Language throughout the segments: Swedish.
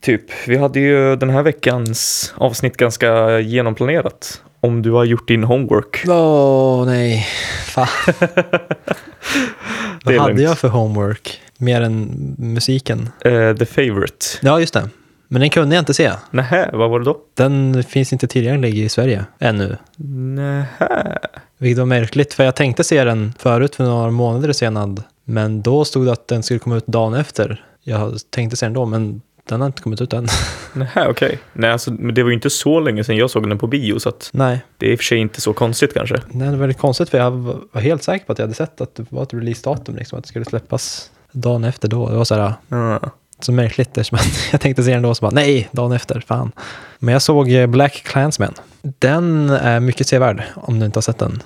Typ, vi hade ju den här veckans avsnitt ganska genomplanerat. Om du har gjort din homework. Åh nej, fan. Det Vad är hade lugnt. jag för homework? Mer än musiken. Eh, the favorite. Ja, just det. Men den kunde jag inte se. Nähä, vad var det då? Den finns inte tillgänglig i Sverige ännu. Nähä. Vilket var märkligt, för jag tänkte se den förut för några månader sedan. Men då stod det att den skulle komma ut dagen efter. Jag tänkte se den då, men den har inte kommit ut än. Nähä, okej. Nej, alltså, men det var ju inte så länge sedan jag såg den på bio, så att nej. det är i och för sig inte så konstigt kanske. nej, det var väldigt konstigt för jag var helt säker på att jag hade sett att det var ett releasedatum, liksom, att det skulle släppas dagen efter då. Det var så här, Ja. så märkligt eftersom att jag tänkte se den då, så bara nej, dagen efter, fan. Men jag såg eh, Black Clansman. Den är mycket sevärd om du inte har sett den.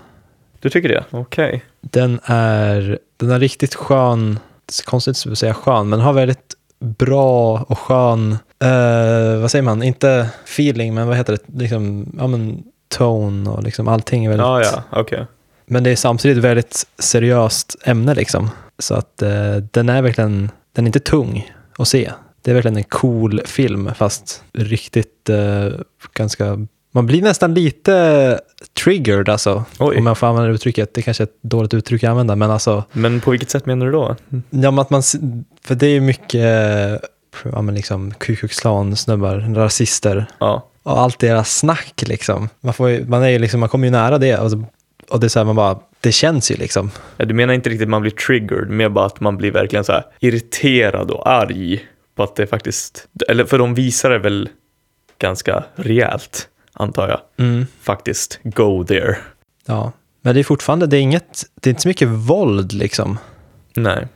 Du tycker det? Okej. Den är, den är riktigt skön, det är konstigt att säga skön, men har väldigt bra och skön, eh, vad säger man, inte feeling, men vad heter det, liksom, ja men tone och liksom allting är väldigt, Ja, ja, okej. men det är samtidigt väldigt seriöst ämne liksom. Så att eh, den är verkligen, den är inte tung att se. Det är verkligen en cool film, fast riktigt eh, ganska, man blir nästan lite triggered alltså. Oj. Om jag får använda det uttrycket, det kanske är ett dåligt uttryck att använda, men alltså, Men på vilket sätt menar du då? ja, men att man, s- för det är ju mycket, eh, ja men liksom Ku Klux Klan-snubbar, rasister Ja. och allt deras snack liksom. Man, får ju, man, är ju liksom, man kommer ju nära det och, så, och det är så här, man bara, det känns ju liksom. ja. Du menar inte riktigt att man blir triggered, mer bara att man blir verkligen så här irriterad och arg på att det faktiskt... Eller för de visar det väl ganska rejält, antar jag. Faktiskt, go there. Mm, Ja, men det är fortfarande, det är inget, det är inte så mycket våld liksom. Nej,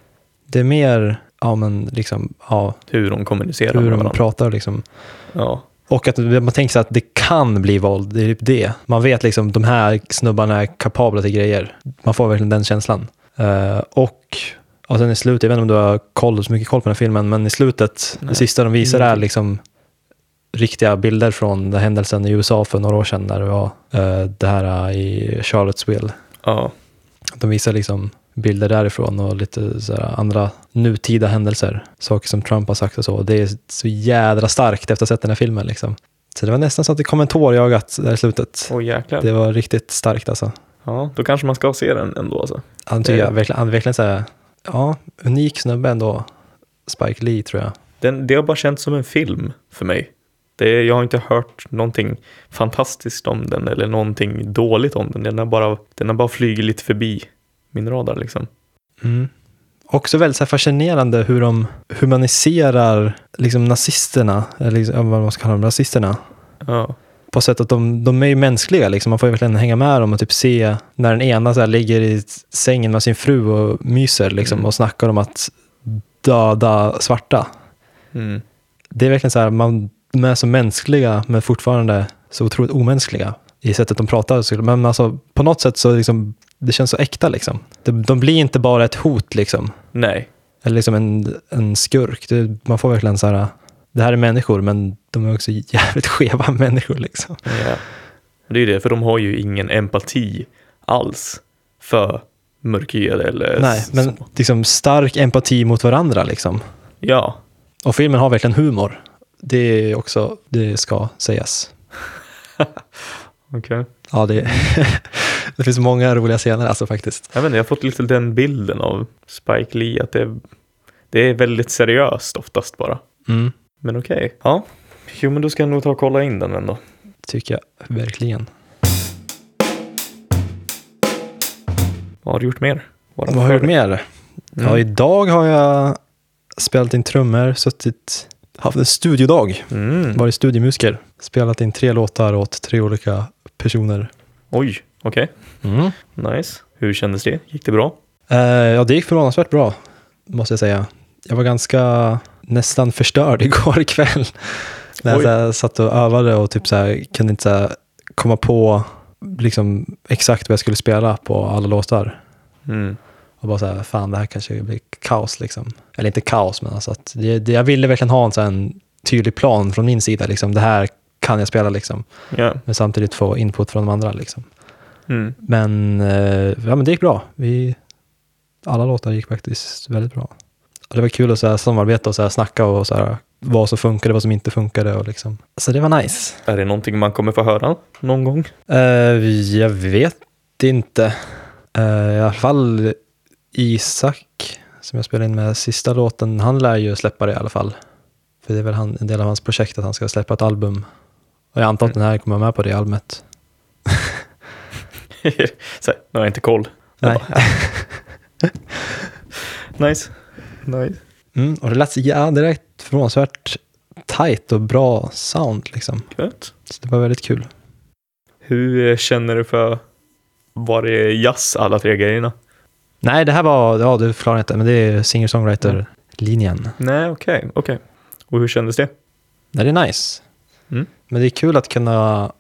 Det är mer, ja men liksom, ja, hur de kommunicerar hur med de varandra. pratar liksom. ja. Och att man tänker sig att det kan bli våld, det är typ det. Man vet liksom, de här snubbarna är kapabla till grejer. Man får verkligen den känslan. Eh, och, och sen i slutet, jag vet inte om du har koll, så mycket koll på den här filmen, men i slutet, Nej. Mm. det sista de visar är Ingenting. liksom riktiga bilder från den händelsen i USA för några år sedan när det var eh, det här eh, i Charlottesville. ja. De visar liksom bilder därifrån och lite så här andra nutida händelser. Saker som Trump har sagt och så. Det är så jädra starkt efter att ha sett den här filmen. Liksom. Så det var nästan så att det kom en tår i ögat där i slutet. Åh jäklar. Det var riktigt starkt alltså. Ja, då kanske man ska se den ändå alltså. Han tycker jag verkligen, han verkligen så här, ja, unik snubbe ändå. Spike Lee tror jag. Den, det har bara känts som en film för mig. Det, jag har inte hört någonting fantastiskt om den eller någonting dåligt om den. Den har bara, den har bara flugit lite förbi min radar liksom. Mm. Också väldigt så här fascinerande hur de humaniserar liksom nazisterna, eller liksom, vad man ska kalla dem, rasisterna. Ja, på sätt att de, de är ju mänskliga. Liksom. Man får ju verkligen hänga med dem och typ se när den ena så här ligger i sängen med sin fru och myser liksom, Mm. och snackar om att döda svarta. mm. Det är verkligen så här, man, de är så mänskliga men fortfarande så otroligt omänskliga i sättet de pratar. Så- Men alltså, på något sätt så liksom, det känns så äkta. Liksom. De, de blir inte bara ett hot liksom, nej. eller liksom en, en skurk. Det, man får verkligen så här, det här är människor men de är också jävligt skeva människor. Liksom. Ja. Det är ju det, för de har ju ingen empati alls för mörkhyade eller Nej, s- men så. liksom stark empati mot varandra liksom. Ja, Och filmen har verkligen humor. Det är också, det ska sägas. okej. Ja, det, det finns många roliga scener alltså faktiskt. Jag vet inte, jag har fått lite den bilden av Spike Lee att det, det är väldigt seriöst oftast bara. Mm, Men okej. Ja. Jo, men då ska jag nog ta och kolla in den ändå. tycker jag verkligen. Vad har du gjort mer? Vad Vad har jag gjort mer? Mm. Ja, idag har jag spelat in trummor, suttit, haft en studiodag, Mm. varit studiemusiker, spelat in tre låtar åt tre olika personer. Oj, okej. Mm. Nice. Hur kändes det? Gick det bra? Eh, ja, det gick förvånansvärt bra, måste jag säga. Jag var ganska nästan förstörd igår kväll. När jag Oj. så här, satt och övade och typ så här, kunde inte så här, komma på liksom, exakt vad jag skulle spela på alla låtar. Mm. Och bara så här, fan det här kanske blir kaos liksom. Eller inte kaos, men alltså att det, det, jag ville verkligen ha en, så här, en tydlig plan från min sida. Liksom. Det här kan jag spela liksom. Ja. Men samtidigt få input från de andra liksom. Mm. Men, eh, ja, men det gick bra. Vi, alla låtar gick faktiskt väldigt bra. Och Det var kul att så här, samarbeta och så här, snacka och så här, vad som funkade, vad som inte funkade och liksom. Så det var nice. Är det någonting man kommer få höra någon gång? Eh, jag vet inte. Eh, I alla fall Isak, som jag spelade in med sista låten, han lär ju släppa det i alla fall. För det är väl han, en del av hans projekt att han ska släppa ett album. Och jag antar att den här kommer vara med på det albumet. så här, nu har jag inte koll. Jag Nej. bara, ja. nice. nice. Mm, och det lät så- ja, direkt förvånansvärt tight och bra sound liksom. Gött. Så det var väldigt kul. Hur eh, känner du för, var det jazz alla tre grejerna? Nej, det här var, ja du förklarar inte, men det är singer-songwriter-linjen. Nej, okej, okej. Och hur kändes det? Nej, det är nice. Mm. Men det är kul att kunna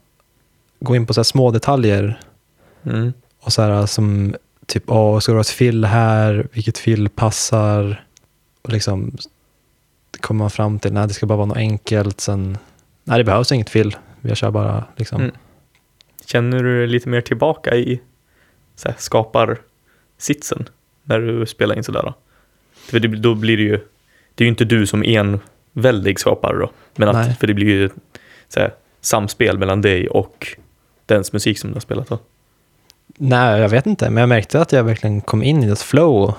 gå in på så här små detaljer Mm. och så här som typ, åh, ska det vara ett fill här, vilket fill passar? Och liksom kommer man fram till, nej det ska bara vara något enkelt, sen, nej det behövs inget fill, jag kör bara liksom. Mm. Känner du dig lite mer tillbaka i så här, skapar sitsen när du spelar in sådär? Då? För det, då blir det ju, det är ju inte du som enväldig skapare då, men Nej. att, för det blir ju så här, samspel mellan dig och dens musik som du har spelat då. Nej, jag vet inte, men jag märkte att jag verkligen kom in i det flow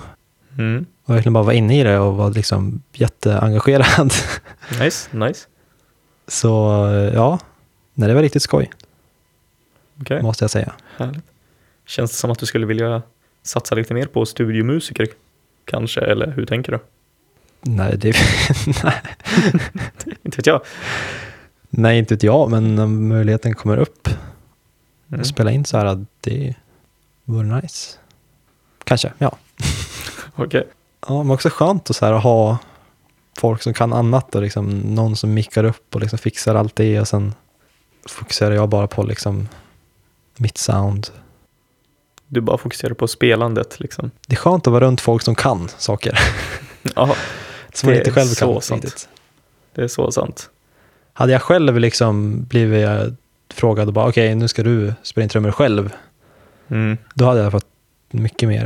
Mm. och verkligen bara var inne i det och var liksom jätteengagerad. Nice, nice. Så ja, nej, det var riktigt skoj, Okej, måste jag säga. härligt. Känns det som att du skulle vilja satsa lite mer på studiomusiker kanske, eller hur tänker du? Nej, det, nej, Inte vet jag. nej, inte vet jag, men om möjligheten kommer upp Mm. att spela in så här, det vore nice. Kanske, ja. Okej. ja men också skönt att, så här, att ha folk som kan annat och liksom, någon som mickar upp och liksom fixar allt det och sen fokuserar jag bara på liksom, mitt sound. Du bara fokuserar på spelandet liksom. Det är skönt att vara runt folk som kan saker, Ja, som man Det inte är själv så kan. sant. riktigt. det är så sant. Hade jag själv liksom blivit eh, frågad och bara okej, nu ska du spela in trummor själv, Mm. då hade jag fått mycket mer,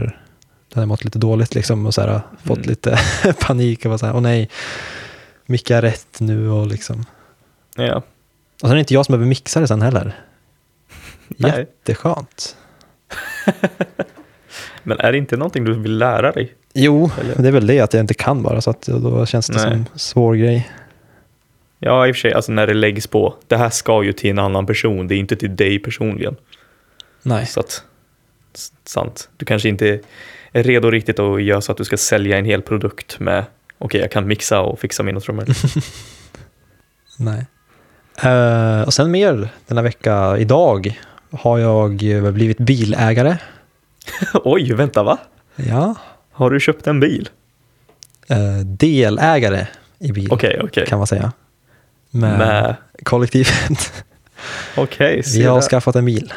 då hade jag mått lite dåligt liksom och så här, fått Mm. lite panik och bara så här, åh nej, micka rätt nu och liksom. Ja. Och sen är det inte jag som behöver mixa det sen heller. Nej. Jätteskönt. Men är det inte någonting du vill lära dig? Jo, Eller? det är väl det att jag inte kan bara, så att då känns det Nej. som svår grej. Ja, i och för sig, alltså när det läggs på. Det här ska ju till en annan person, det är inte till dig personligen. Nej. Så att, s- sant. Du kanske inte är redo riktigt att göra så att du ska sälja en hel produkt med okej, jag kan mixa och fixa mina trummor. Nej. Eh, och sen mer denna vecka, idag, har jag eh, blivit bilägare. Oj, vänta va? Ja. Har du köpt en bil? Eh, delägare i bil, Okej, okej. kan man säga. Med, Med- kollektivet. Okej, se Vi har där. skaffat en bil.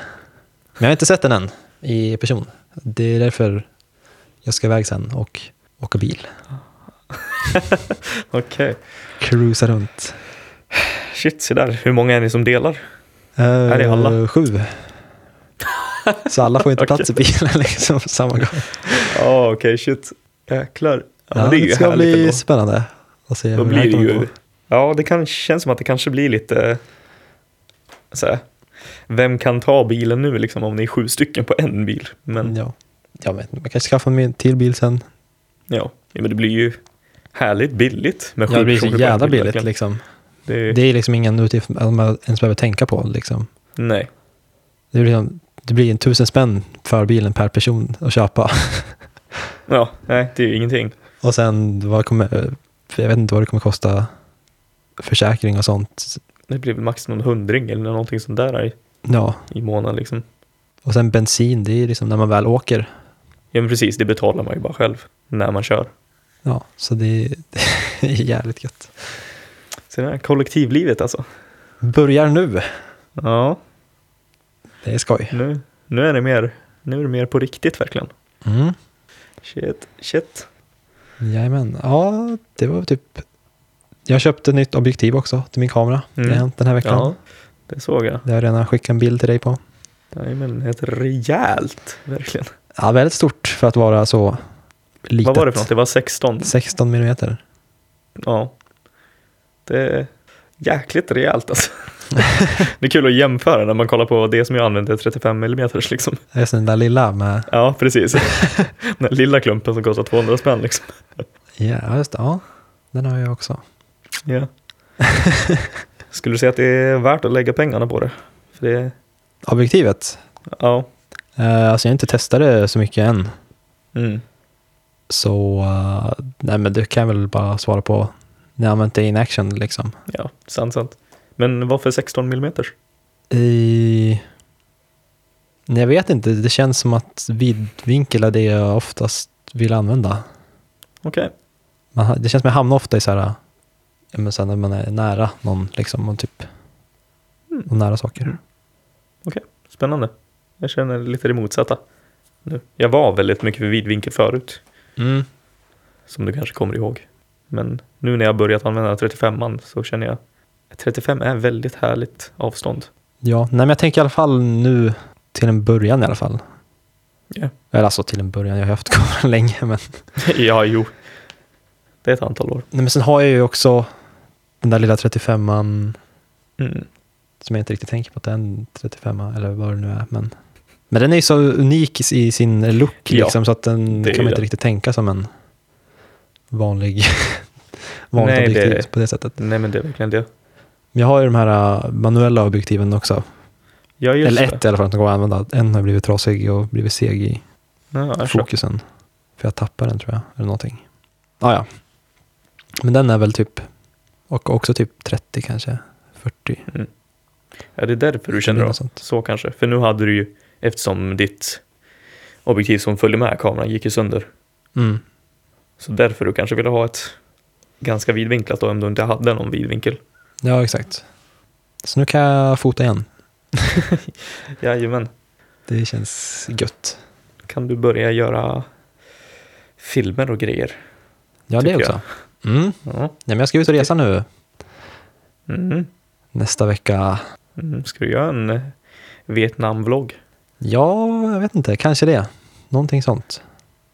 Men jag har inte sett den än i person. Det är därför jag ska iväg sen och åka bil. Okej. Cruisa runt. Shit, se där. Hur många är ni som delar? Uh, är det alla? Sju. Så alla får inte Okej. plats i bilen liksom på samma gång. Ja, okej, shit. Jäklar. Ja, Ja, men det, är ju ska härligt bli ändå. spännande att se Då hur det blir här det kommer ju... gå. Ja, det kan, känns som att det kanske blir lite... eh, Så här, vem kan ta bilen nu liksom, om ni är sju stycken på en bil? Men ja, Ja. Jag vet inte, man kanske skaffar en till bil sen. ja men det blir ju härligt billigt med sju Ja, det blir så personer på en jävla bil, billigt verkligen. liksom. Det, Det är liksom ingen utgift man ens behöver tänka på liksom. Nej, Det blir, liksom, det blir en tusen spänn för bilen per person att köpa. ja, nej, det är ju ingenting. Och sen, vad kommer, jag vet inte vad det kommer kosta försäkring och sånt. Det blir väl max någon hundring eller någonting sånt där i, Ja, i månaden. Liksom. och sen bensin, det är liksom när man väl åker. Ja, men precis, det betalar man ju bara själv när man kör. Ja, så det, det är jävligt gött. Så det här kollektivlivet alltså. Börjar nu, Ja, det är skoj. nu, nu, är det mer, nu är det mer på riktigt verkligen. Mm. Shit, shit. Jajamän, ja det var typ Jag köpte ett nytt objektiv också till min kamera. Mm. Det har hänt den här veckan. Ja, det såg jag. Det har jag redan skickat en bild till dig på. Jajamän, ett rejält, verkligen. Ja, väldigt stort för att vara så litet. Vad var det för något? Det var 16? 16 millimeter. Ja. Det är jäkligt rejält alltså. det är kul att jämföra när man kollar på det som jag använder, 35 mm liksom. Det är den där lilla med... Ja, precis. Den här lilla klumpen som kostar 200 spänn liksom. Ja, just det. Ja, den har jag också. Ja. Skulle du säga att det är värt att lägga pengarna på det? För det Objektivet? ja. Eh, alltså jag har inte testat det så mycket än. Mm. Så eh, nej, men det kan jag väl bara svara på när jag använt det in action liksom. Ja, sant, sant. Men varför 16 mm? I... Nej, jag vet inte, det känns som att vidvinkel är det jag oftast vill använda. Okej. Man, ha- det känns som jag hamnar ofta i så här, ja, men sen när man är nära någon liksom, och typ Mm. och nära saker. Spännande. Jag känner lite det motsatta. Nu. Jag var väldigt mycket för vidvinkel förut, som du kanske kommer ihåg. Men nu när jag börjat använda 35an så känner jag att 35 är väldigt härligt avstånd. Ja, nej, men jag tänker i alla fall nu till en början i alla fall. Ja. Eller alltså till en början, jag har haft kameran länge. Men, ja, jo. Det är ett antal år. nej, men sen har jag ju också den där lilla 35an Mm. som jag inte riktigt tänker på att det är en 35 eller vad det nu är. Men, men den är ju så unik i- i sin look Ja, liksom, så att den det är kan ju man inte det. riktigt tänka som en vanlig vanligt Nej, det- objektiv på det sättet. Nej, men det är verkligen det. Men jag har ju de här äh, manuella objektiven också. Ja, just eller det. ett i alla fall som går att använda. En har blivit trasig och blivit seg i Ja, jag köper. fokusen. För jag tappade den tror jag, eller någonting. Ah, ja. Men den är väl typ, och också typ 30 kanske, 40. Ja, det är därför du känner Eller av något sånt. så kanske. För nu hade du ju, eftersom ditt objektiv som följde med kameran gick ju sönder, Mm. så därför du kanske ville ha ett ganska vidvinklat då, om du inte hade någon vidvinkel. Ja, exakt. Så nu kan jag fota igen. Jajamän. Det känns gött. Kan du börja göra filmer och grejer? Ja, det Tycker också. Mm. Nej, Ja. men jag ska ut och resa nu Mm. nästa vecka. Mm. Ska du göra en eh, Vietnam-vlogg? Ja, jag vet inte, kanske det. Någonting sånt.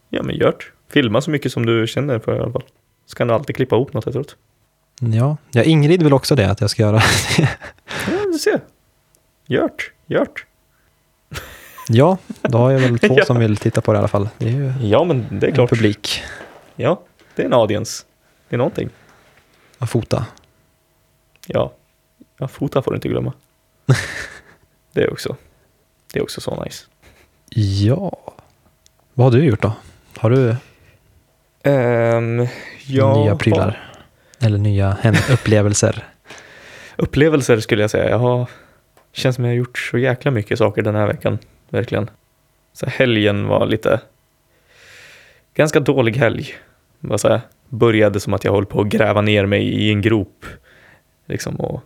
Ja, men gör det. Filma så mycket som du känner för i alla fall. Så kan du alltid klippa ihop något efteråt. Ja, ja Ingrid vill också det, att jag ska göra Ja, du ser. Gör det. Gör det. Ja, då har jag väl två Ja. som vill titta på det i alla fall. Det är ju Ja, men det är en klart. publik Ja, det är en audience. Det är någonting. att fota. Ja, ja fota får du inte glömma. det är också. Det är också så nice. Ja. Vad har du gjort då? Har du nya prylar? Eller nya hem- upplevelser? Upplevelser skulle jag säga. Jag har, känns som jag har gjort så jäkla mycket saker den här veckan. Verkligen. Så helgen var lite... Ganska dålig helg. Bara så här, började som att jag höll på att gräva ner mig i en grop. Liksom och,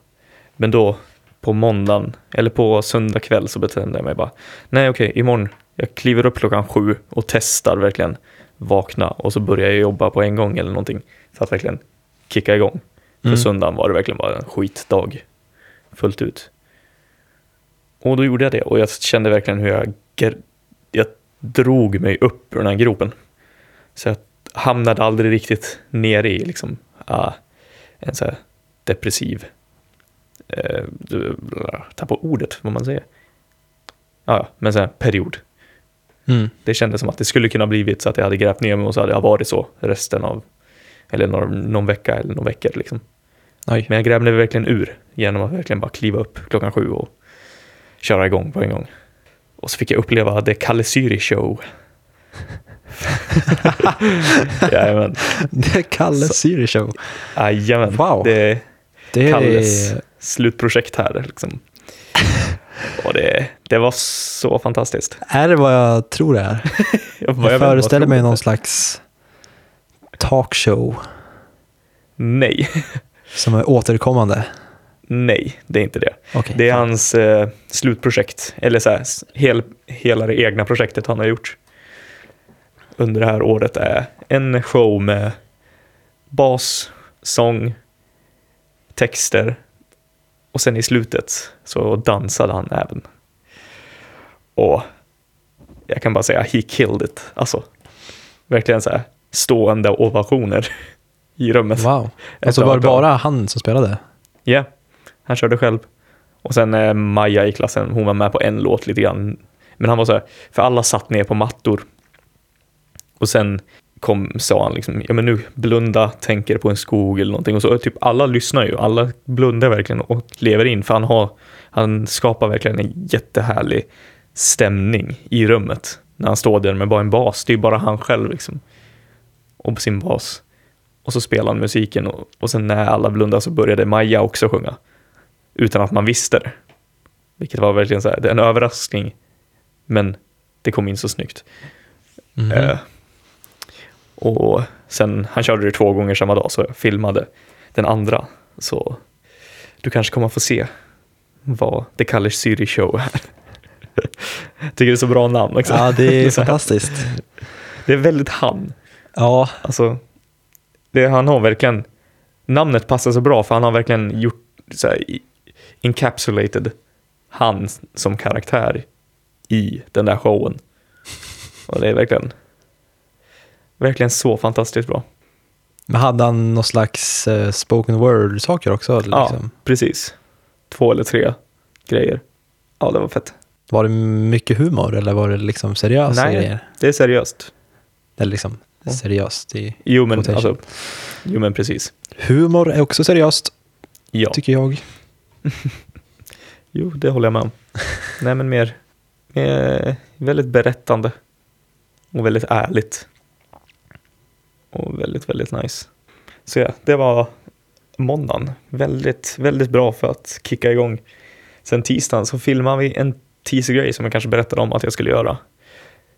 men då på måndagen, eller på söndag kväll så bestämde jag mig bara. Nej okej, imorgon. Jag kliver upp klockan sju och testar verkligen vakna och så börjar jag jobba på en gång eller någonting. För att verkligen kicka igång. Mm. För söndagen var det verkligen bara en skitdag fullt ut. Och då gjorde jag det och jag kände verkligen hur jag, gr- jag drog mig upp ur den här gropen. Så jag hamnade aldrig riktigt nere i liksom, ah, en så här depressiv, eh, du- tappar ordet vad man säger. Ja, ja, men så här period. Mm. Det kändes som att det skulle kunna blivit så att jag hade grävt ner mig och så hade jag varit så resten av, eller någon, någon vecka eller någon vecka liksom. Oj. Men jag grävde mig verkligen ur genom att verkligen bara kliva upp klockan sju och köra igång på en gång. Och så fick jag uppleva The Kalle Syri Show. Jajamän. Det är Kalle Syri Show. Jajamän. Wow. Det är Det är Kalles slutprojekt här. Liksom. Och det, det var så fantastiskt. Är det vad jag tror det är? Jag, Jag, vet inte vad föreställer jag mig trodde. någon slags talkshow Nej, som är återkommande. nej, det är inte det. Okej. Det är hans eh, slutprojekt, eller så här, s- hel, hela det egna projektet han har gjort under det här året är en show med bas, sång, texter och sen i slutet så dansade han även. Och jag kan bara säga, he killed it. Alltså, verkligen så här stående ovationer. i rummet. Wow. Ett Mm. Alltså var det avtal. bara han som spelade? Ja, han körde själv. Och sen eh, Maja i klassen, hon var med på en låt lite grann. Men han var så här, för alla satt ner på mattor. Och sen kom, sa han liksom, ja men nu blunda, tänker på en skog eller någonting. Och så typ alla lyssnar ju, alla blundar verkligen och lever in. För han, har, han skapar verkligen en jättehärlig stämning i rummet. När han står där med bara en bas, det är ju bara han själv liksom. Och på sin bas. Och så spelade han musiken och, och sen när alla blundade så började Maja också sjunga. Utan att man visste det. Vilket var verkligen så här, det är en överraskning. Men det kom in så snyggt. Mhm. Eh, och sen, han körde det två gånger samma dag så jag filmade den andra. Så du kanske kommer att få se vad The Color City Show är. Jag Tycker det är så bra namn också. Ja, det är Så här, fantastiskt. det är väldigt han. Ja, Alltså, det, han har verkligen, namnet passar så bra för han har verkligen gjort så här, i- encapsulated han som karaktär i den där showen. Och det är verkligen, verkligen så fantastiskt bra. men hade han någon slags eh, spoken word-saker också? Liksom? Ja, precis. Två eller tre grejer. Ja, det var fett. Var det mycket humor eller var det liksom seriösa Nej. grejer? Det är seriöst. Eller liksom Ja. seriöst i... Jo, men Quotation. alltså, jo, men precis. Humor är också seriöst, Ja, tycker jag. jo, det håller jag med om. Nej, men mer, mer väldigt berättande och väldigt ärligt. Och väldigt, väldigt nice. Så ja, det var måndagen. Väldigt, väldigt bra för att kicka igång. Sen tisdagen så filmade vi en teasergrej som jag kanske berättade om att jag skulle göra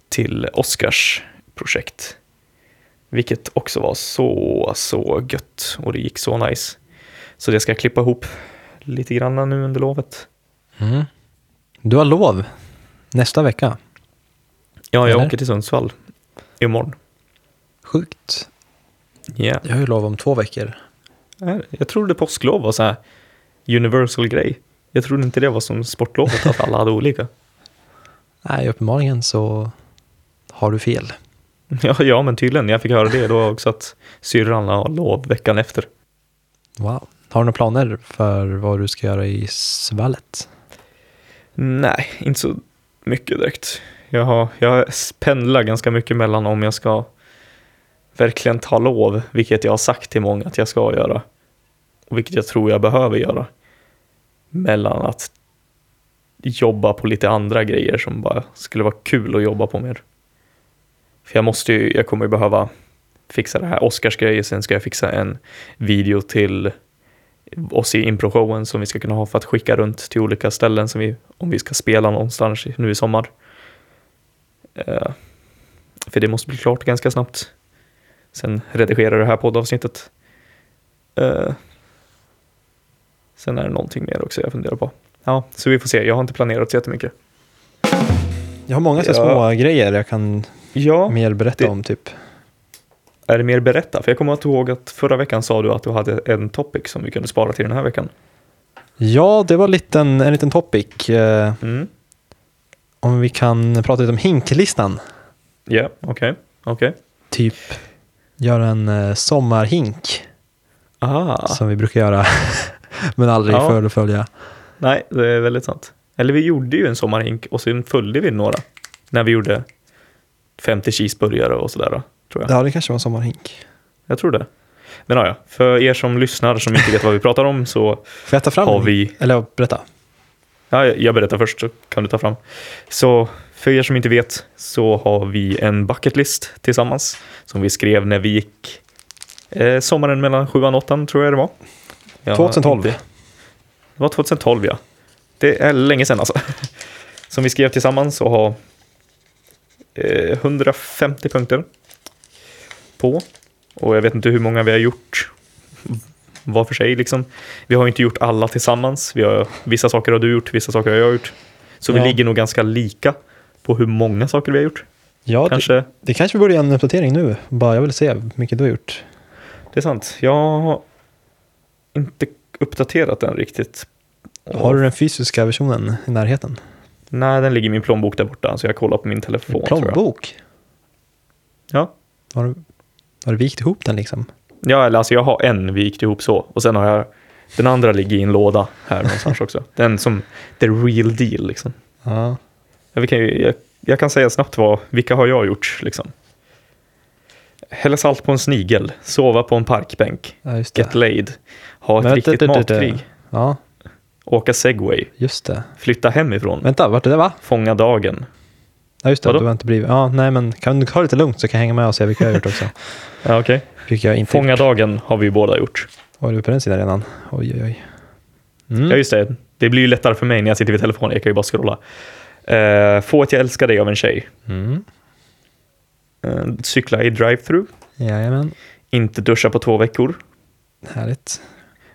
till Oscars projekt. Vilket också var så, så gött och det gick så nice. Så det ska jag klippa ihop lite grann nu under lovet. Mm. Du har lov nästa vecka. Ja, jag Eller? åker till Sundsvall imorgon. Sjukt. Ja, Jag har ju lov om två veckor. Jag trodde påsklov var så här universal grej. Jag trodde inte det var som sportlovet, att alla hade olika. Nej, uppenbarligen så har du fel. Ja, ja, men tydligen. Jag fick höra det då också att syrran har lov veckan efter. Wow. Har du några planer för vad du ska göra i svallet? Nej, inte så mycket direkt. Jag, har, jag pendlar ganska mycket mellan om jag ska verkligen ta lov, vilket jag har sagt till många att jag ska göra, och vilket jag tror jag behöver göra, mellan att jobba på lite andra grejer som bara skulle vara kul att jobba på mer. För jag måste ju, jag kommer ju behöva fixa det här Oscarsgrejen, sen ska jag fixa en video till oss i improshowen som vi ska kunna ha för att skicka runt till olika ställen som vi, om vi ska spela någonstans i- nu i sommar. Eh, för det måste bli klart ganska snabbt. Sen redigera det här poddavsnittet. Eh, sen är det någonting mer också jag funderar på. Ja, så vi får se. Jag har inte planerat så jättemycket. Jag har många så ja. små små grejer jag kan Ja, mer berätta det- om. typ. är det mer berätta? För jag kommer att ihåg att förra veckan sa du att du hade en topic som vi kunde spara till den här veckan. Ja, det var en liten, en liten topic. Eh, Mm. om vi kan prata lite om hinklistan. Ja, okej. Okej. Typ göra en eh, sommarhink Ah. som vi brukar göra men aldrig Ja. fullfölja. Nej, det är väldigt sant. Eller vi gjorde ju en sommarhink och sen följde vi några. När vi gjorde 50 cheeseburgare och sådär, tror jag. Ja, det kanske var en sommarhink. Jag tror det. Men ja, ja, för er som lyssnar som inte vet vad vi pratar om så Får jag ta fram har en? vi... Eller berätta. Ja, jag berättar först så kan du ta fram. Så för er som inte vet så har vi en bucketlist tillsammans som vi skrev när vi gick eh, sommaren mellan sjuan och åttan tror jag det var. Jag har 2012. inte- Det var 2012 ja. Det är länge sedan alltså. Som vi skrev tillsammans och har eh, 150 punkter på. Och jag vet inte hur många vi har gjort var för sig liksom. Vi har ju inte gjort alla tillsammans. Vi har, vissa saker har du gjort, vissa saker har jag gjort. Så Ja. vi ligger nog ganska lika på hur många saker vi har gjort. Ja, det, Kanske, det kanske vi borde göra en uppdatering nu. Bara, jag vill se hur mycket du har gjort. det är sant. Jag har inte uppdaterat den riktigt. Har du den fysiska versionen i närheten? Nej, den ligger i min plånbok där borta, så jag kollar på min telefon. Tror jag. Plånbok? Ja. Har du, har du vikt ihop den liksom? Ja, eller alltså jag har en vi gick ihop så. Och sen har jag, den andra ligger i en låda här någonstans också. Den som, the real deal liksom. Ja. Ja, vi kan ju, jag, jag kan säga snabbt vad, vilka har jag gjort liksom. Hälla salt på en snigel, sova på en parkbänk, ja, just get det. laid, ha ett Men- riktigt du- du- du- du. matkrig, Ja, åka segway, just det. flytta hemifrån, Vänta, vart är det va? fånga dagen. Ja, just det. Vadå? Du har inte blivit... Ja, nej, men kan du ta det lite lugnt så kan jag hänga med och se vilka jag har gjort också. Ja, okej. Vilka jag inte Fånga dagen har vi ju båda gjort. Var du på den sidan redan? Oj, oj, oj. Ja, Mm. just det. Det blir ju lättare för mig när jag sitter vid telefonen. Jag kan ju bara scrolla. Eh, få ett jag älskar dig av en tjej. Mm. Eh, cykla i drive-thru. Jajamän. Inte duscha på två veckor. Härligt.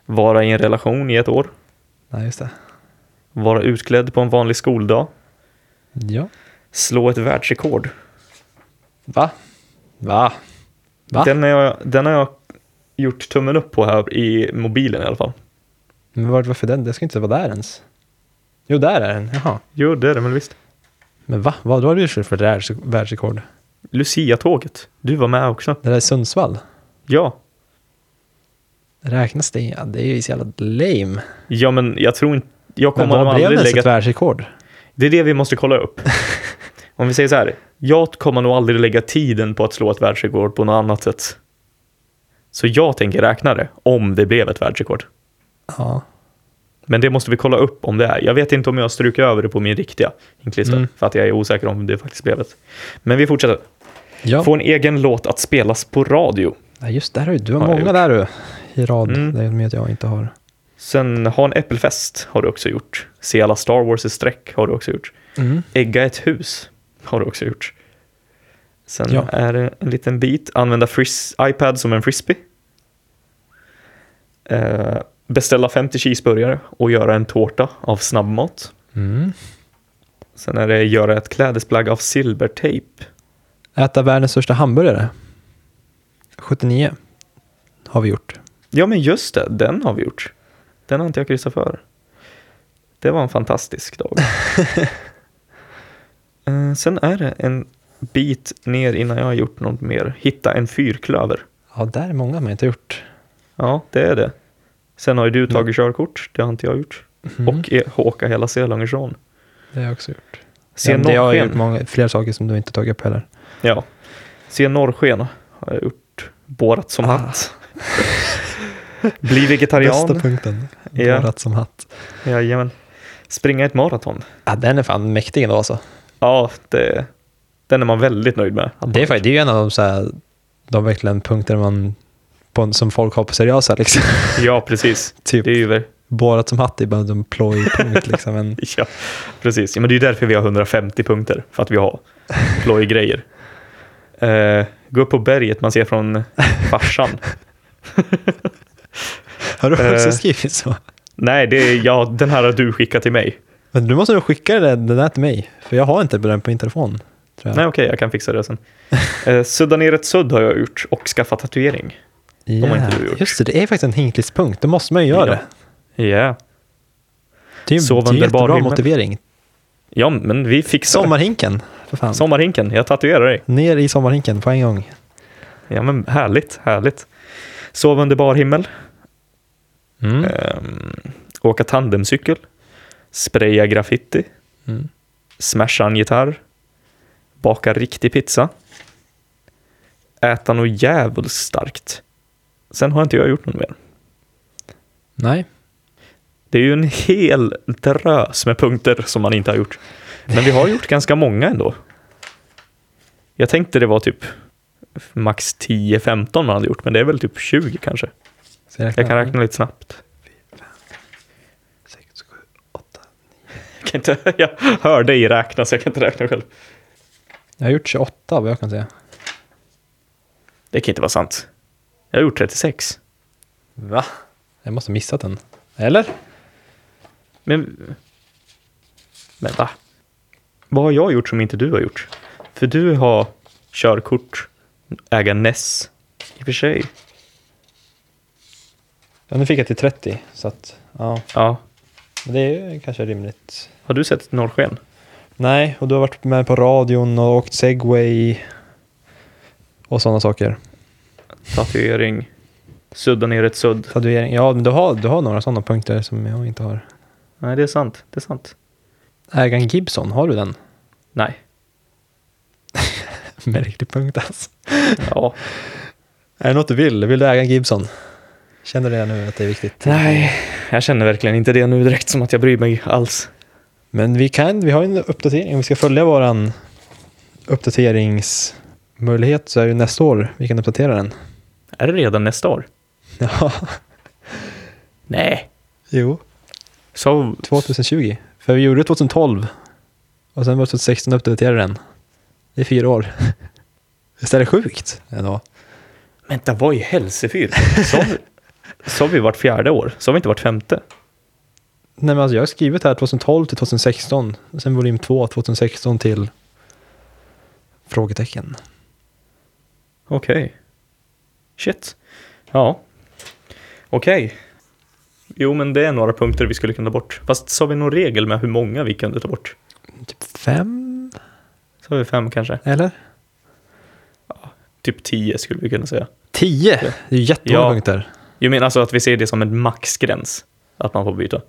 Vara i en relation i ett år. Nej, just det. Vara utklädd på en vanlig skoldag. Ja. Slå ett världsrekord. Va? Va? Va? Den har, jag, den har jag gjort tummen upp på här i mobilen i alla fall. Men var, varför den? Det ska inte vara där ens. Jo, där är den. Jaha. Jo, det är det väl visst. Men va? Vad har du gjort för världs- världsrekord? Lucia-tåget. Du var med också. Det där är Sundsvall. Ja. Räknas det? Ja, det är ju så jävla lame. Ja, men jag tror inte... Jag Men kommer nog vad blev aldrig det lägga ett världsrekord? Det är det vi måste kolla upp. Om vi säger så här, jag kommer nog aldrig lägga tiden på att slå ett världsrekord på något annat sätt. Så jag tänker räkna det, om det blev ett världsrekord. Ja. Men det måste vi kolla upp om det är. Jag vet inte om jag stryker över det på min riktiga inklista, Mm. för att jag är osäker om det faktiskt blev ett. Men vi fortsätter. Ja, Få en egen låt att spelas på radio. ja just där har du. Du har Har jag många gjort. där du. I rad. Mm. Det är med att jag inte har. Sen ha en äppelfest har du också gjort. Se alla Star Wars i sträck har du också gjort. Ägga ett hus har du också gjort. Sen Ja. är det en liten bit. Använda fris- iPad som en frisbee. Eh, beställa 50 cheeseburgare och göra en tårta av snabbmat. Mm. Sen är det göra ett klädesplagg av silvertejp. Äta världens största hamburgare. 79 har vi gjort. Ja men just det, den har vi gjort. Den har inte jag kryssat för. Det var en fantastisk dag. eh, sen är det en bit ner innan jag har gjort något mer. Hitta en fyrklöver. Ja, där är många man inte gjort. Ja, det är det. Sen har ju Mm. du tagit körkort, det har inte jag gjort. Och e- åka hela Selungersån. Det har jag också gjort. Se ja, det har jag gjort norrsken. många, fler saker som du inte tagit upp heller. Ja. Se norrsken har jag gjort. Borat som Ah. hatt. Bli vegetarian. Bästa punkten. Ja. Borrat som hatt. Jajamän. Springa ett maraton. Ja, den är fan mäktig ändå alltså. Ja, det, den är man väldigt nöjd med. Det är, faktiskt- det är ju en av de, så här, de verkligen punkter man, på, som folk har på seriösa. Liksom. Ja, precis. typ Det är ju ver- borrat som hatt är bara en plojpunkt. Liksom. En, Ja, precis. Ja, men det är ju därför vi har 150 punkter, för att vi har ploj grejer. Eh, gå upp på berget man ser från farsan. har du också Eh. skrivit så? Nej, det är, ja, den här har du skickat till mig. Men du måste nog skicka den, den där till mig, för jag har inte den på min telefon. Tror jag. Nej, okej, jag kan fixa det sen. Eh, sudda ner ett sudd har jag gjort och skaffa tatuering. Ja, de har inte du gjort. Just det, det är faktiskt en hinklistpunkt. Då måste man ju göra Ja. det. Ja, Det är ju Sov det är under ju jättebra badhimlen. motivering. ja men vi fixar det. Sommarhinken, för fan. Sommarhinken, jag tatuerar dig. Ner i sommarhinken på en gång. Ja, men härligt, härligt. Sova under bar himmel, Mm. ehm, åka tandemcykel, spraya graffiti, Mm. smasha en gitarr, baka riktig pizza, äta något djävulskt starkt. Sen har inte jag gjort något mer. Nej. Det är ju en hel drös med punkter som man inte har gjort. Men vi har gjort ganska många ändå. Jag tänkte det var typ max 10-15 man hade gjort, men det är väl typ 20 kanske. Så jag, Jag kan räkna lite snabbt. Sex, sju, åtta. Jag, kan inte, jag hör dig räkna så jag kan inte räkna själv. Jag har gjort 28 vad jag kan säga. Det kan inte vara sant. Jag har gjort 36. Va? Jag måste ha missat den. Eller? Men, men va? Vad har jag gjort som inte du har gjort? För du har körkort, äga NES. I och för sig. Ja, nu fick jag till 30, så att ja. Ja. Men det är ju kanske rimligt. Har du sett norrsken? Nej, och du har varit med på radion och åkt segway och sådana saker. Tatuering. Sudda ner ett sudd. Tatuering. Ja, men du har, du har några sådana punkter som jag inte har. Nej, det är sant. Det är sant. Ägan Gibson, har du den? Nej. Märklig punkt alltså. Ja. Är det något du vill? Vill du äga en Gibson? Känner du det nu att det är viktigt? Nej, jag känner verkligen inte det nu direkt som att jag bryr mig alls. Men vi, kan, vi har ju en uppdatering. Om vi ska följa vår uppdateringsmöjlighet så är det ju nästa år vi kan uppdatera den. Är det redan nästa år? Ja, Nej. jo. Så, 2020. För vi gjorde det 2012 och sen var det 2016 och uppdaterade den. Det är fyra år. Visst är det sjukt? Ändå. vänta, vad i helsefyr? Sa vi- Sa vi vart fjärde år? Sa vi inte vart femte? Nej men alltså jag har skrivit här 2012 till 2016. och Sen volym 2 2016 till frågetecken. Okej. Shit. Ja. Okej. Jo, men det är några punkter vi skulle kunna ta bort. Fast sa vi någon regel med hur många vi kunde ta bort? Typ fem, Sa vi fem kanske? eller? Typ tio skulle vi kunna säga. Tio! Det är ju jättemånga Ja. punkter. Jag menar alltså att vi ser det som en maxgräns, att man får byta.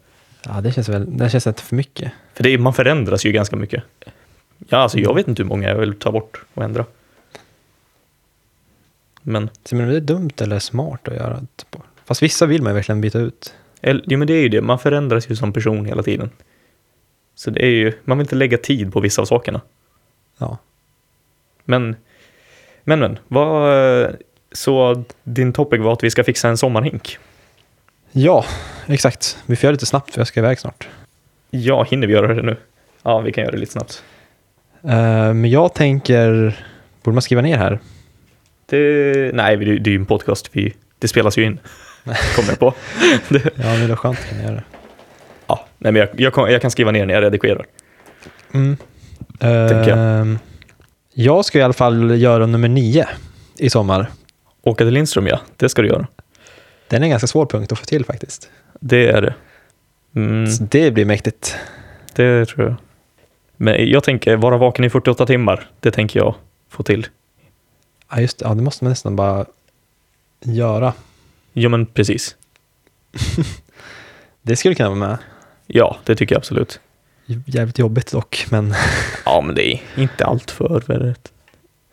Ja, det känns väl, det känns inte för mycket. För det, är- man förändras ju ganska mycket. Ja, alltså jag vet inte hur många jag vill ta bort och ändra. Men, Så men det är dumt eller smart att göra. typ. Fast vissa vill man ju verkligen byta ut. eller, jo, men det är ju det, man förändras ju som person hela tiden. Så det är ju, man vill inte lägga tid på vissa av sakerna. Ja. Men, men, men vad, så din topic var att vi ska fixa en sommarhink. ja, exakt. Vi får göra lite snabbt för jag ska iväg snart. Ja, hinner vi göra det nu? Ja, vi kan göra det lite snabbt. Eh, men jag tänker, borde man skriva ner här? Det, nej, det, det är ju en podcast, vi, det spelas ju in. Kommer jag på. Det, Ja, men det är skönt att kunna göra det. ja, nej, men jag, jag, kan, jag kan skriva ner när jag redigerar. Mm. Tänker jag. jag ska i alla fall göra nummer nio i sommar. Åka till Lindström, ja. Det ska du göra. Den är en ganska svår punkt att få till faktiskt. Det är det. Mm, Så det blir mäktigt. det tror jag. Men jag tänker vara vaken i 48 timmar. Det tänker jag få till. Ja, just det. Ja, det måste man nästan bara göra. Ja, men precis. Det skulle kunna vara med. Ja, det tycker jag absolut. Jävligt jobbigt dock, men Ja, men det är inte allt för väldigt.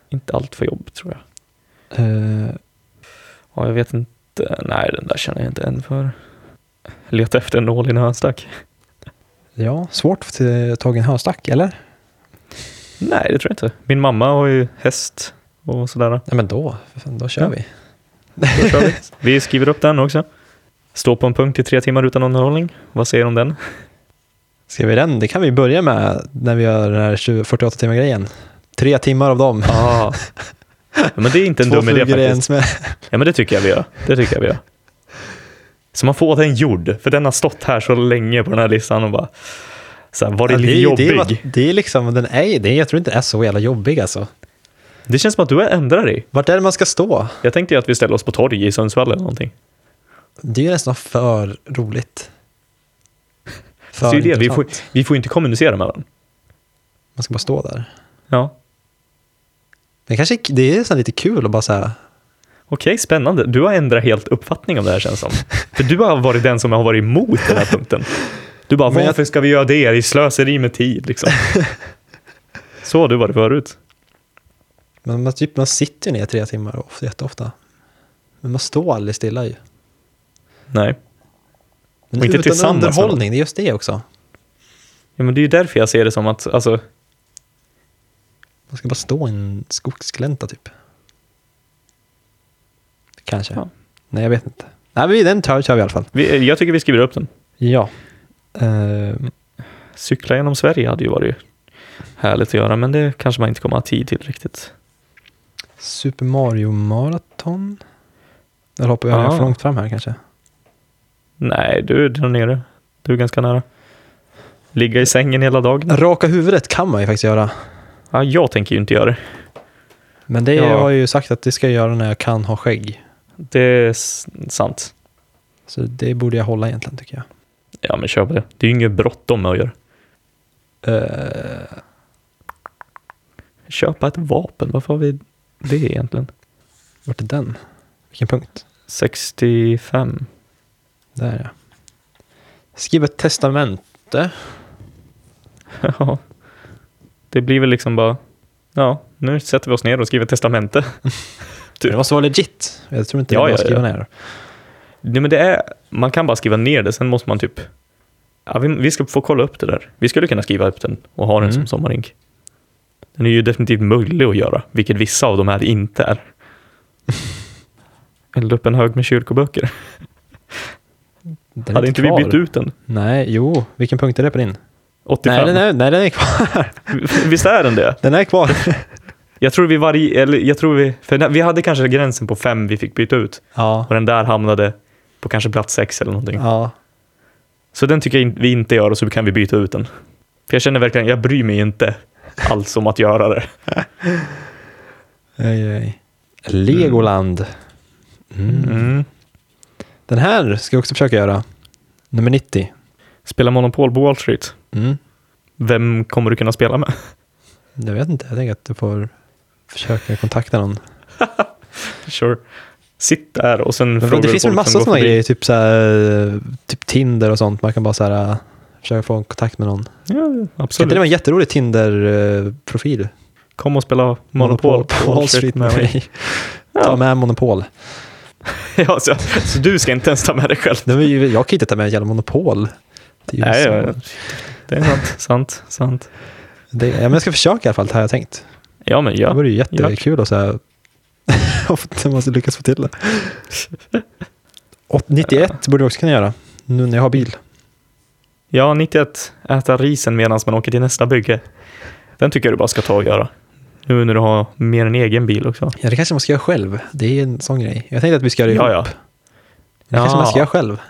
Inte allt för jobb, tror jag. eh, Ja, jag vet inte. Nej, den där känner jag inte än för. Leta efter en nål i en hönstack. ja, svårt att få tag i en höstack, eller? Nej, det tror jag inte. Min mamma har ju häst och sådär. Nej, men då, för fan, då kör Ja. vi. Då kör vi. vi skriver upp den också. Stå på en punkt i tre timmar utan underhållning. Vad säger du om den? Ska vi den? Det kan vi börja med när vi gör den här 20 48 timmar grejen. Tre timmar av dem. Ah. Ja, men det är inte en Två dum idé flugor i en faktiskt. smäll. Ja, men det tycker jag vi gör. Det tycker jag vi gör. Så man får den gjord, för den har stått här så länge på den här listan och bara så här, var det Ja, lite det, jobbig. Det, är ju- det, är vad- det är liksom, den är, ju- det, jag tror inte den är så jävla jobbig alltså. känns som att du ändrar dig. Vart är det man ska stå? Jag tänkte ju att vi ställer oss på torg i Sundsvall eller någonting. Det är ju nästan för roligt. För Så det är ju det, vi intressant. får, vi får ju inte kommunicera med varandra. Man ska bara stå där. Ja. Men kanske, det är nästan lite kul att bara säga Okej, spännande. Du har ändrat helt uppfattning om det här känns som. För du har varit den som har varit emot den här punkten. Du bara, Men jag- varför ska vi göra det? Det är slöseri med tid liksom. Så har du varit förut. Men man, typ, man sitter ju ner tre timmar ofta, jätteofta. Men man står aldrig stilla ju. Nej. Men Och inte utan tillsammans med underhållning, det är just det också. Ja, men det är ju därför jag ser det som att, alltså, Man ska bara stå i en skogsglänta typ. Kanske. Ja. Nej, jag vet inte. Nej, men den tar, kör vi i alla fall. vi, jag tycker vi skriver upp den. Ja. Ehm, Cykla genom Sverige hade ju varit härligt att göra, men det kanske man inte kommer ha tid till riktigt. Super Mario Marathon? Eller hoppar jag Ah. för långt fram här kanske? Nej, du är där nere. Du är ganska nära. Ligga i sängen hela dagen? Raka huvudet kan man ju faktiskt göra. Ja, jag tänker ju inte göra det. Men det Ja. har jag ju sagt att det ska jag göra när jag kan ha skägg. Det är s- sant. Så det borde jag hålla egentligen tycker jag. Ja, men kör på det. Det är ju inget bråttom med att göra. Eh, Köpa ett vapen, varför har vi det egentligen? vart är den? Vilken punkt? 65. Där ja. Skriv ett testamente. Ja. Det blir väl liksom bara, ja, nu sätter vi oss ner och skriver testamente. Du. Det måste vara legit. Jag tror inte Typ. Ja, det är bara ja, att skriva ner. Nej, men det är, man kan bara skriva ner det, sen måste man typ... Ja, vi, vi ska få kolla upp det där. Vi skulle kunna skriva upp den och ha den Mm. som sommarink. Den är ju definitivt möjlig att göra, vilket vissa av de här inte är. Elda upp en hög med kyrkoböcker. Den är Hade inte vi kvar. bytt ut den? Nej, jo. Vilken punkt är det på din? 85. Nej den, är, nej, den är kvar. Visst är den det? Den är kvar. Jag tror vi varje, eller jag tror vi, för den- vi hade kanske gränsen på fem vi fick byta ut Ja. och den där hamnade på kanske plats sex eller någonting. ja. Så den tycker jag in- vi inte gör och så kan vi byta ut den. För jag känner verkligen, jag bryr mig inte alls om att göra det. Oj, oj. Legoland. Mm. Mm. Den här ska jag också försöka göra. Nummer 90. Spela Monopol på Wall Street. Mm. Vem kommer du kunna spela med? Jag vet inte, jag tänker att du får försöka kontakta någon. Sure. Sitt där och sen Men frågar det du finns väl folk massa som går sådana förbi. grejer, typ, så här, typ Tinder och sånt. Man kan bara så här, äh, försöka få en kontakt med någon. Ja, Kan inte det absolut. vara en jätterolig Tinder-profil? Kom och spela Monopol, på Wall Street med mig. Ta Ja. med Monopol. Ja, så, så du ska inte ens ta med dig själv? Det var ju, jag kan ju inte ta med jävla Monopol. Det är ju Nej, så- ja, ja. det är sant. sant, sant. Det, ja, men jag ska försöka i alla fall, det här har jag tänkt. Ja, men Det ja. vore ju jättekul att så här, att man måste lyckas få till det. Och 91 borde vi också kunna göra, nu när jag har bil. Ja, 91. Äta risen medan man åker till nästa bygge. Den tycker jag du bara ska ta och göra. Nu när du har mer än egen bil också. Ja, det kanske man ska göra själv. Det är ju en sån grej. Jag tänkte att vi ska göra det Ja, ihop. ja. Det kanske man ska Ja. göra själv.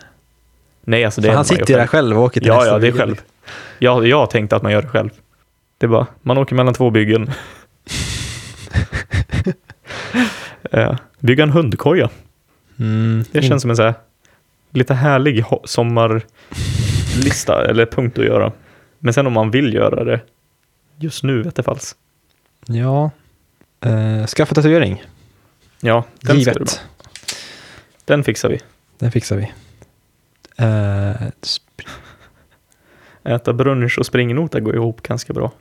Nej, alltså det För är han man gör sitter ju där själv och åker till Ja, nästa ja, det är bygge. själv. Jag, jag tänkte att man gör det själv. Det är bara, man åker mellan två byggen. Eh, Bygga en hundkoja. Mm, Det känns som en så här, lite härlig ho- sommarlista eller punkt att göra. Men sen om man vill göra det just nu vet det falls. mm, Ja. Eh, skaffa tatuering. Ja, den, ska du, Givet. den fixar vi. Den fixar vi. Eh, sp- Äta brunch och springnota går ihop ganska bra.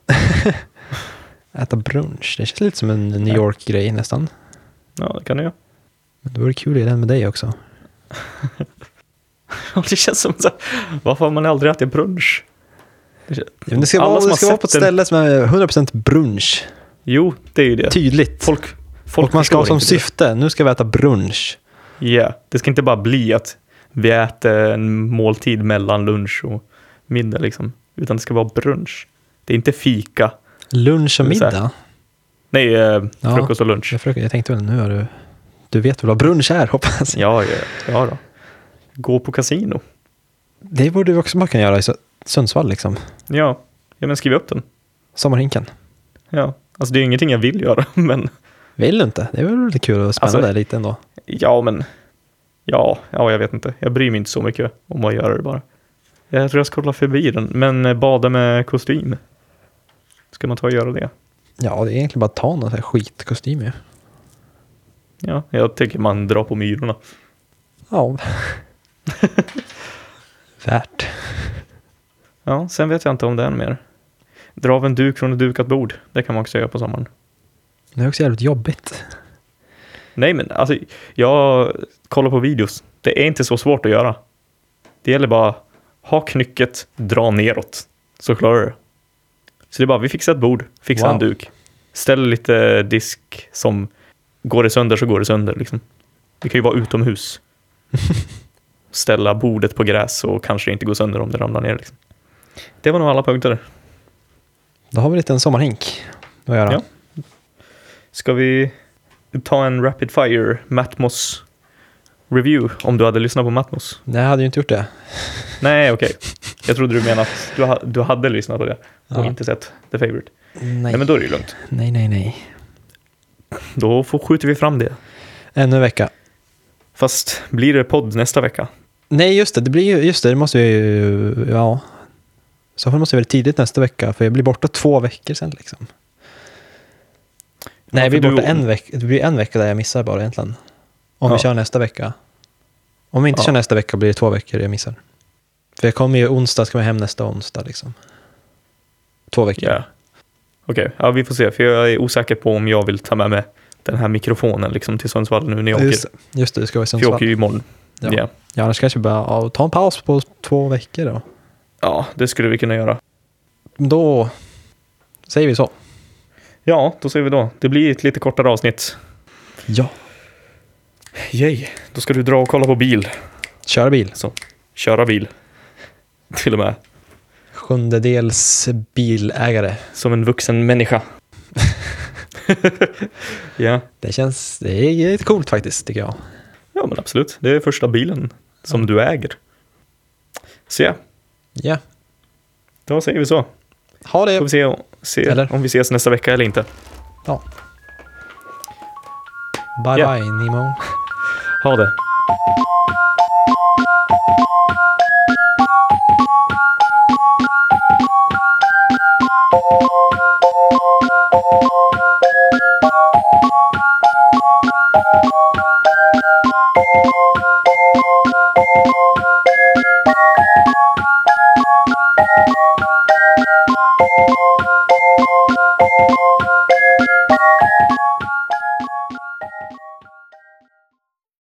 äta brunch. Det känns lite som en New York-grej nästan. Ja, det kan du göra. Men det vore kul att göra den med dig också. Ja, Det känns som så här, varför har man aldrig ätit brunch? Det kän- Ja, men Det ska, Alla vara, som det har ska vara på ett sett den- ställe som är 100% brunch. Jo, det är ju det. Tydligt. Folk, folk och man ska förstår ha som inte det. syfte, nu ska vi äta brunch. Ja, det ska inte bara bli att vi äter en måltid mellan lunch och middag liksom, utan det ska vara brunch. Det är inte fika, Lunch och Det är så här- middag. nej, eh, Ja. frukost och lunch. Jag, försöker, jag tänkte väl nu har du... Du vet väl vad brunch är hoppas jag. Ja, ja, ja då. Gå på kasino. Det borde vi också bara kunna göra i Sö- Sundsvall liksom. Ja, ja men skriv upp den. Sommarhinken. Ja, alltså det är ingenting jag vill göra, men Vill du inte? Det vore lite kul att spänna Alltså- det lite ändå. ja, men ja, ja, jag vet inte. Jag bryr mig inte så mycket om att göra det bara. Jag tror jag ska kolla förbi den, men eh, bada med kostym. Ska man ta och göra det? Ja, det är egentligen bara att ta någon sån här skitkostym ju. Ja, jag tycker man drar på myrorna. Ja. Värt. Ja, sen vet jag inte om det är än mer. Dra av en duk från ett dukat bord. Det kan man också göra på sommaren. Det är också jävligt jobbigt. Nej, men alltså, jag kollar på videos. Det är inte så svårt att göra. Det gäller bara ha knycket, dra neråt, så klarar du det. Så det är bara, vi fixar ett bord, fixar Wow. en duk. Ställ lite disk som går det sönder så går det sönder. Liksom. Det kan ju vara utomhus. Ställa bordet på gräs så kanske det inte går sönder om det ramlar ner. Liksom. Det var nog alla punkter. Då har vi lite en sommarhink att göra. Ja. Ska vi ta en rapid fire Matmos review om du hade lyssnat på Matmos? Nej, jag hade ju inte gjort det. Nej, okej. Jag trodde du menade att du, ha, du hade lyssnat på det och Ja. inte sett The Favourite. Nej, Nej, men då är det ju lugnt. nej, nej, nej. Då får, skjuter vi fram det. Ännu en vecka. Fast blir det podd nästa vecka? Nej, just det. Det blir ju, just det, det måste vi ju, ja. Så fall måste jag väl tidigt nästa vecka, för jag blir borta två veckor sen liksom. Nej, för vi blir du- borta en vecka. Det blir en vecka där jag missar bara egentligen. Om Ja. vi kör nästa vecka. Om vi inte Ja. kör nästa vecka blir det två veckor jag missar. För jag kommer ju onsdag, ska jag hem nästa onsdag liksom. Två veckor. Ja. Okej, ja, vi får se. För jag är osäker på om jag vill ta med mig den här mikrofonen liksom, till Sundsvall nu när jag åker. just, det. just det, du ska vara i För jag åker Sundsvall. ju imorgon. Ja. Ja. Ja, annars kanske bara ja, ta en paus på två veckor då. ja, det skulle vi kunna göra. Då säger vi så. Ja, då ser vi då. Det blir ett lite kortare avsnitt. Ja. Yay. Då ska du dra och kolla på bil. Köra bil. Köra bil. Till och med. Sjundedels bilägare. Som en vuxen människa. ja. Det känns, det är lite coolt faktiskt tycker jag. ja, men absolut. Det är första bilen som du äger. Så ja, Ja, då säger vi så. ha Får vi det. se, se Eller? om vi ses nästa vecka eller inte. Ja. Bye Ja. bye Nemo. Ha det.